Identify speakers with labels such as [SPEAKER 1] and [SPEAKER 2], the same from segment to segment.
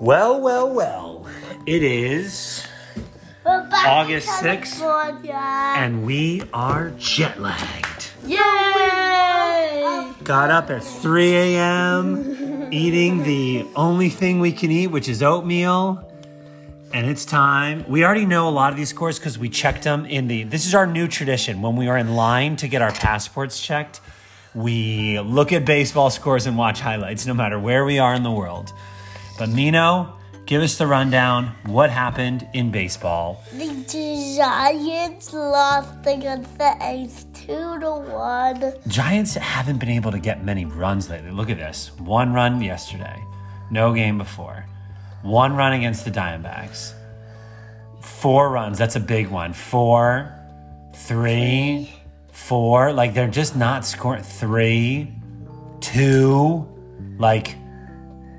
[SPEAKER 1] Well, well, well. It is,
[SPEAKER 2] We're back
[SPEAKER 1] August
[SPEAKER 2] in
[SPEAKER 1] 6th.
[SPEAKER 2] California.
[SPEAKER 1] and we are jet lagged.
[SPEAKER 2] Yay!
[SPEAKER 1] Got up at 3 a.m., eating the only thing we can eat, which is oatmeal. And it's time. We already know a lot of these scores because we checked them in the. This is our new tradition. When we are in line to get our passports checked, we look at baseball scores and watch highlights, no matter where we are in the world. But Mino, give us the rundown. What happened in baseball?
[SPEAKER 2] The Giants lost against the A's two to one.
[SPEAKER 1] Giants haven't been able to get many runs lately. Look at this. One run yesterday. No game before. One run against the Diamondbacks. Four runs. That's a big one. Four, three, four. Like they're just not scoring. Three, two. Like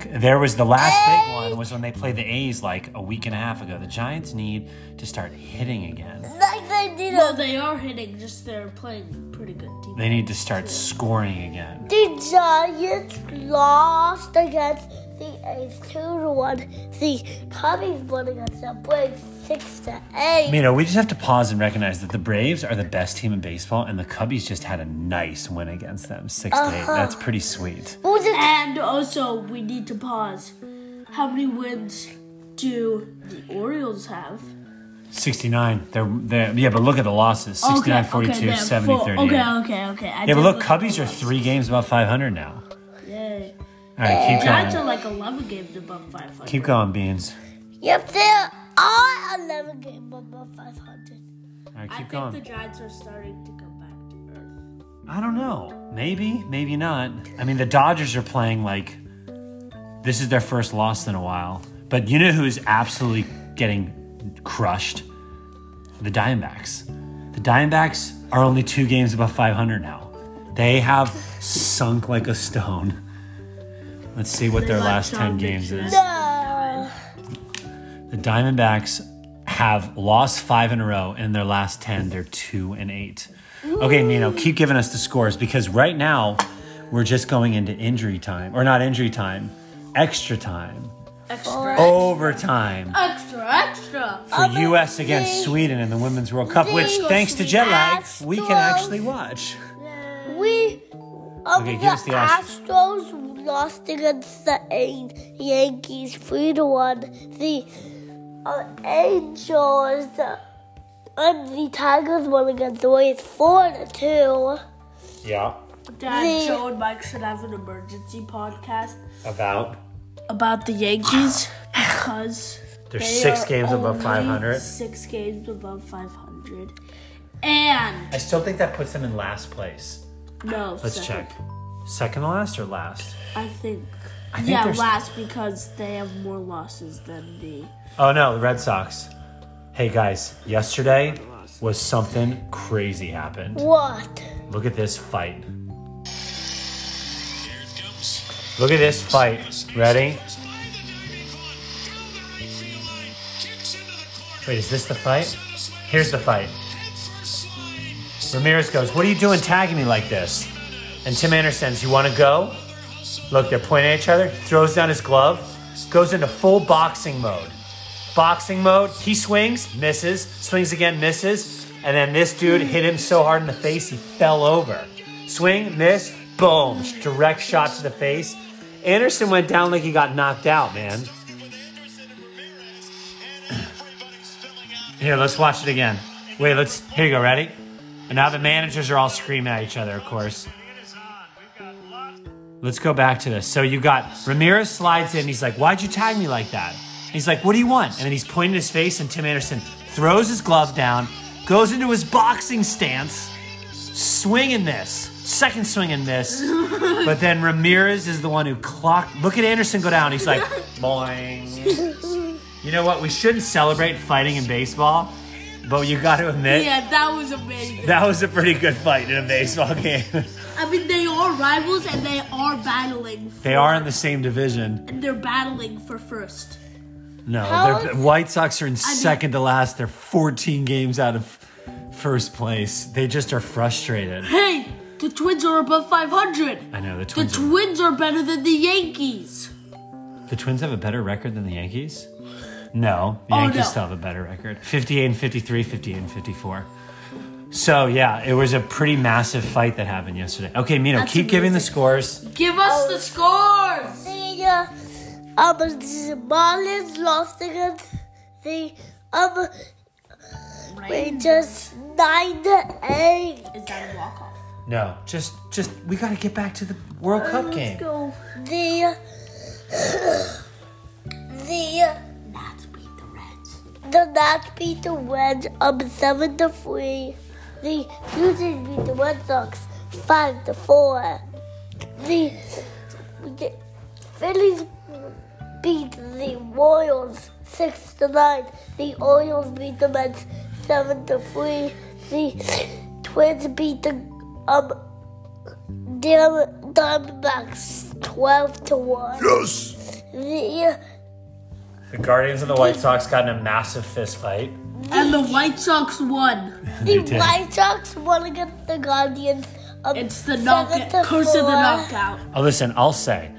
[SPEAKER 1] there was the last big one was when they played the A's like a week and a half ago. The Giants need to start hitting again.
[SPEAKER 2] Like they did
[SPEAKER 3] No,
[SPEAKER 2] a
[SPEAKER 3] they are hitting, just they're playing pretty good defense.
[SPEAKER 1] They need to start scoring again.
[SPEAKER 2] The Giants lost against the A's two to one. The Cubbies won against the Braves six to eight.
[SPEAKER 1] Mino, we just have to pause and recognize that the Braves are the best team in baseball, and the Cubbies just had a nice win against them, 6 to
[SPEAKER 3] Uh-huh.
[SPEAKER 1] eight. That's pretty sweet.
[SPEAKER 2] Who's it?
[SPEAKER 3] And also, we need to pause. How many wins do the Orioles have?
[SPEAKER 1] 69. They're, they're yeah, but look at the losses: 69, 42,
[SPEAKER 3] they have
[SPEAKER 1] 70,
[SPEAKER 3] four-
[SPEAKER 1] 38.
[SPEAKER 3] Okay, okay, okay. I
[SPEAKER 1] Yeah,
[SPEAKER 3] did
[SPEAKER 1] but look,
[SPEAKER 3] at
[SPEAKER 1] Cubbies
[SPEAKER 3] the
[SPEAKER 1] are
[SPEAKER 3] list.
[SPEAKER 1] three games above 500 now.
[SPEAKER 3] Yay.
[SPEAKER 1] All right, keep
[SPEAKER 3] Giants are
[SPEAKER 1] going.
[SPEAKER 3] like 11 games above 500.
[SPEAKER 1] Keep going, Beans.
[SPEAKER 2] Yep, there are eleven game above five hundred.
[SPEAKER 1] All right,
[SPEAKER 3] I
[SPEAKER 1] keep
[SPEAKER 3] think
[SPEAKER 1] going.
[SPEAKER 3] the Giants are starting to go back to earth.
[SPEAKER 1] I don't know. Maybe, maybe not. I mean, the Dodgers are playing like this is their first loss in a while. But you know who's absolutely getting crushed? The Diamondbacks. The Diamondbacks are only two games above 500 now. They have sunk like a stone. Let's see what their
[SPEAKER 3] They
[SPEAKER 1] last
[SPEAKER 3] like
[SPEAKER 1] 10
[SPEAKER 3] Tom
[SPEAKER 1] games
[SPEAKER 3] Mitchell.
[SPEAKER 1] is.
[SPEAKER 2] No.
[SPEAKER 1] The Diamondbacks have lost five in a row, and in their last 10, they're two and eight. Okay, Nino, keep giving us the scores because right now we're just going into injury time, or not injury time, extra time,
[SPEAKER 3] Extra.
[SPEAKER 1] overtime
[SPEAKER 3] Extra, extra.
[SPEAKER 1] for
[SPEAKER 2] Over
[SPEAKER 1] US against
[SPEAKER 2] the-
[SPEAKER 1] Sweden in the Women's World Cup, which
[SPEAKER 2] the
[SPEAKER 1] thanks to jet lag,
[SPEAKER 2] Astros.
[SPEAKER 1] we can actually watch.
[SPEAKER 2] We um,
[SPEAKER 1] Okay, give
[SPEAKER 2] the,
[SPEAKER 1] us the Astros.
[SPEAKER 2] Astros lost against the An- Yankees three to one. The uh, Angels uh, and the Tigers won against the Rays four to two.
[SPEAKER 1] Yeah,
[SPEAKER 3] Dad,
[SPEAKER 2] The-
[SPEAKER 3] Joe, and Mike should have an emergency podcast
[SPEAKER 1] about.
[SPEAKER 3] about the Yankees because
[SPEAKER 1] They're
[SPEAKER 3] they
[SPEAKER 1] six
[SPEAKER 3] are
[SPEAKER 1] games above
[SPEAKER 3] only
[SPEAKER 1] 500.
[SPEAKER 3] Six games above 500. And
[SPEAKER 1] I still think that puts them in last place.
[SPEAKER 3] no,
[SPEAKER 1] Let's
[SPEAKER 3] second.
[SPEAKER 1] check. Second to last or last?
[SPEAKER 3] I think.
[SPEAKER 1] I think
[SPEAKER 3] yeah,
[SPEAKER 1] there's-
[SPEAKER 3] last because they have more losses than the.
[SPEAKER 1] Oh no, the Red Sox. Hey guys, yesterday was something crazy happened.
[SPEAKER 2] What?
[SPEAKER 1] Look at this fight.
[SPEAKER 4] Here it comes.
[SPEAKER 1] Look at this fight. Ready?
[SPEAKER 4] Goes by the diving Hahn, down the right field line, kicks into the corner.
[SPEAKER 1] Wait, is this the fight?
[SPEAKER 4] Set a slam,
[SPEAKER 1] Here's the fight.
[SPEAKER 4] head first slide.
[SPEAKER 1] Ramirez goes, What are you doing tagging me like this? And Tim Anderson's, You want to go? Look, they're pointing at each other. He throws down his glove, goes into full boxing mode. Boxing mode. He swings, misses, swings again, misses. And then this dude hit him so hard in the face, he fell over. Swing, miss, boom. Direct shot to the face. Anderson went down like he got knocked out, man.
[SPEAKER 4] Started with Anderson and Ramirez, and everybody's filling out.
[SPEAKER 1] Here, let's watch it again. Wait, let's. Here you go, ready? And now the managers are all screaming at each other, of course.
[SPEAKER 4] It is on. We've got lots.
[SPEAKER 1] Let's go back to this. So you got Ramirez slides in. He's like, "Why'd you tag me like that?" And he's like, "What do you want?" And then he's pointing his face, and Tim Anderson throws his glove down, goes into his boxing stance, swinging this, second swing and this. But then Ramirez is the one who clocked. Look at Anderson go down. He's like, "Boing." You know what? We shouldn't celebrate fighting in baseball, but you got to admit
[SPEAKER 3] Yeah, that was amazing.
[SPEAKER 1] Eh. that was a pretty good fight in a baseball game.
[SPEAKER 3] I mean, they are rivals and they are battling. For,
[SPEAKER 1] they are in the same division.
[SPEAKER 3] And they're battling for first.
[SPEAKER 1] No,
[SPEAKER 2] How
[SPEAKER 1] they're,
[SPEAKER 2] is-
[SPEAKER 1] White Sox are in second to last. They're 14 games out of first place. They just are frustrated.
[SPEAKER 3] Hey, the Twins are above 500.
[SPEAKER 1] I know the
[SPEAKER 3] The
[SPEAKER 1] Twins. are-
[SPEAKER 3] Twins are better than the Yankees.
[SPEAKER 1] The Twins have a better record than the Yankees? No, the
[SPEAKER 3] Oh,
[SPEAKER 1] Yankees
[SPEAKER 3] no.
[SPEAKER 1] still have a better record. 58 and 53, 58 and 54. So, yeah, it was a pretty massive fight that happened yesterday. Okay, Mino,
[SPEAKER 3] That's
[SPEAKER 1] keep giving the
[SPEAKER 3] amazing.
[SPEAKER 1] scores.
[SPEAKER 3] Give us the scores.
[SPEAKER 2] The uh, um, the Marlins lost against the um, Rangers nine to eight.
[SPEAKER 3] Is that a walk off?
[SPEAKER 1] No, just, just, we got to get back to the World Cup game.
[SPEAKER 3] go.
[SPEAKER 2] The the
[SPEAKER 3] Nats beat the Reds.
[SPEAKER 2] the Nats beat the Reds up seven to three. The Houston beat the Red Sox five to four. The, the Phillies beat the Royals six to nine. The Orioles beat the Mets seven to three. The Twins beat the um Dam- Diamondbacks twelve to one.
[SPEAKER 1] Yes!
[SPEAKER 2] The
[SPEAKER 1] The Guardians and the White Sox got in a massive fist fight.
[SPEAKER 3] And the White Sox won.
[SPEAKER 2] The
[SPEAKER 1] did.
[SPEAKER 2] White Sox won against the Guardians. Um,
[SPEAKER 3] It's the
[SPEAKER 2] seven to
[SPEAKER 3] knockout. Curse of
[SPEAKER 2] four.
[SPEAKER 3] the knockout.
[SPEAKER 1] Oh, listen, I'll say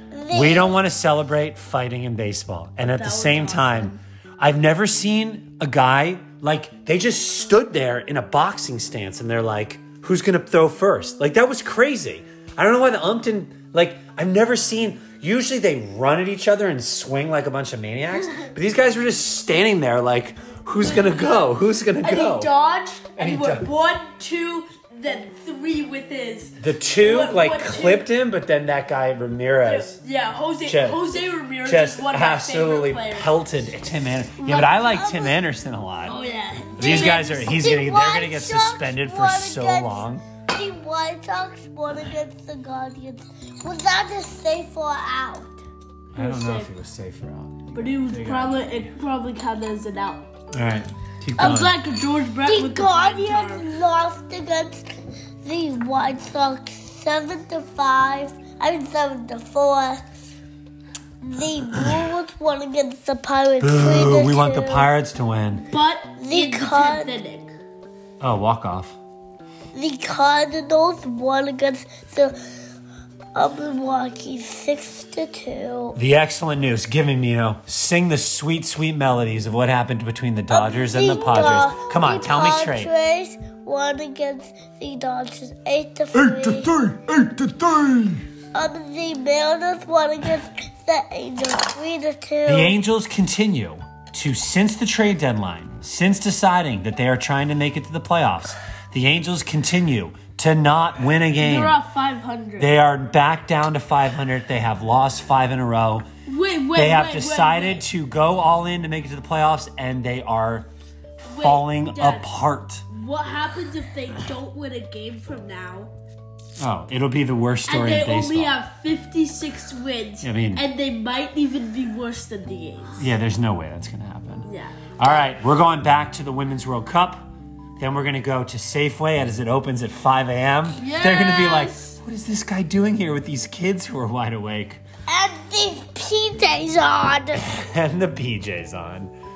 [SPEAKER 1] we don't want to celebrate fighting in baseball. And at the
[SPEAKER 3] That was
[SPEAKER 1] same time, I've never seen a guy like they just stood there in a boxing stance and they're like, who's going to throw first? Like, that was crazy. I don't know why the ump didn't, like, I've never seen. Usually they run at each other and swing like a bunch of maniacs, but these guys were just standing there like, who's going to go? Who's going to
[SPEAKER 3] And
[SPEAKER 1] go?
[SPEAKER 3] he dodged, and,
[SPEAKER 1] And
[SPEAKER 3] he,
[SPEAKER 1] he
[SPEAKER 3] went
[SPEAKER 1] dodged.
[SPEAKER 3] one, two, then three with his.
[SPEAKER 1] the two
[SPEAKER 3] What-
[SPEAKER 1] like
[SPEAKER 3] what two?
[SPEAKER 1] clipped him, but then that guy Ramirez.
[SPEAKER 3] Yeah, Jose
[SPEAKER 1] Just-
[SPEAKER 3] Jose Ramirez
[SPEAKER 1] just
[SPEAKER 3] is one of my
[SPEAKER 1] absolutely
[SPEAKER 3] favorite players.
[SPEAKER 1] pelted Tim Anderson. Yeah, but I like Tim Anderson a lot.
[SPEAKER 3] oh yeah,
[SPEAKER 1] These guys are he's
[SPEAKER 2] The
[SPEAKER 1] gonna they're gonna
[SPEAKER 2] White
[SPEAKER 1] get
[SPEAKER 2] Sox
[SPEAKER 1] suspended for
[SPEAKER 2] won
[SPEAKER 1] so
[SPEAKER 2] against-
[SPEAKER 1] long.
[SPEAKER 2] The White Sox won against the Guardians. Was that a safe or out?
[SPEAKER 1] I don't
[SPEAKER 3] know if
[SPEAKER 1] it was safe or out.
[SPEAKER 3] But it was probably it probably counted as an out.
[SPEAKER 1] All right, keep
[SPEAKER 3] I'm
[SPEAKER 1] going.
[SPEAKER 3] glad George Brett
[SPEAKER 2] The
[SPEAKER 3] with the
[SPEAKER 2] Guardians
[SPEAKER 3] guitar.
[SPEAKER 2] lost against the White Sox seven to five. I mean seven to four. The Brewers won against the Pirates. three
[SPEAKER 1] Boo,
[SPEAKER 2] to
[SPEAKER 1] we want the
[SPEAKER 2] two.
[SPEAKER 1] Pirates to win.
[SPEAKER 3] But
[SPEAKER 2] The
[SPEAKER 3] in the
[SPEAKER 2] Card-
[SPEAKER 3] tenth inning.
[SPEAKER 1] Oh, walk off.
[SPEAKER 2] The Cardinals won against the uh, Milwaukee six to two.
[SPEAKER 1] The excellent news. Give me Mino. Sing the sweet, sweet melodies of what happened between the Dodgers and the Padres. Come on,
[SPEAKER 2] the
[SPEAKER 1] tell me straight.
[SPEAKER 2] Padres won against the Dodgers eight to three.
[SPEAKER 1] three, eight to three.
[SPEAKER 2] Um, the Mariners won against the Angels three to two.
[SPEAKER 1] The Angels continue to, since the trade deadline, since deciding that they are trying to make it to the playoffs, the Angels continue to not win a game.
[SPEAKER 3] They're off 500.
[SPEAKER 1] They are back down to 500. They have lost five in a row.
[SPEAKER 3] wait, wait,
[SPEAKER 1] They have
[SPEAKER 3] wait,
[SPEAKER 1] decided
[SPEAKER 3] wait,
[SPEAKER 1] to go all in to make it to the playoffs, and they are
[SPEAKER 3] wait.
[SPEAKER 1] falling
[SPEAKER 3] Wait, Dad,
[SPEAKER 1] apart.
[SPEAKER 3] What happens if they don't win a game from now?
[SPEAKER 1] Oh, it'll be the worst
[SPEAKER 3] And
[SPEAKER 1] story
[SPEAKER 3] they
[SPEAKER 1] in baseball.
[SPEAKER 3] only have 56 wins.
[SPEAKER 1] I mean-
[SPEAKER 3] and they might even be worse than the A's.
[SPEAKER 1] yeah, there's no way that's going to happen.
[SPEAKER 3] Yeah.
[SPEAKER 1] All right, we're going back to the Women's World Cup. Then we're going to go to Safeway as it opens at 5 a.m. They're going to be like,
[SPEAKER 3] Yes.
[SPEAKER 1] what is this guy doing here with these kids who are wide awake?
[SPEAKER 2] and the PJs on.
[SPEAKER 1] And the PJ's on.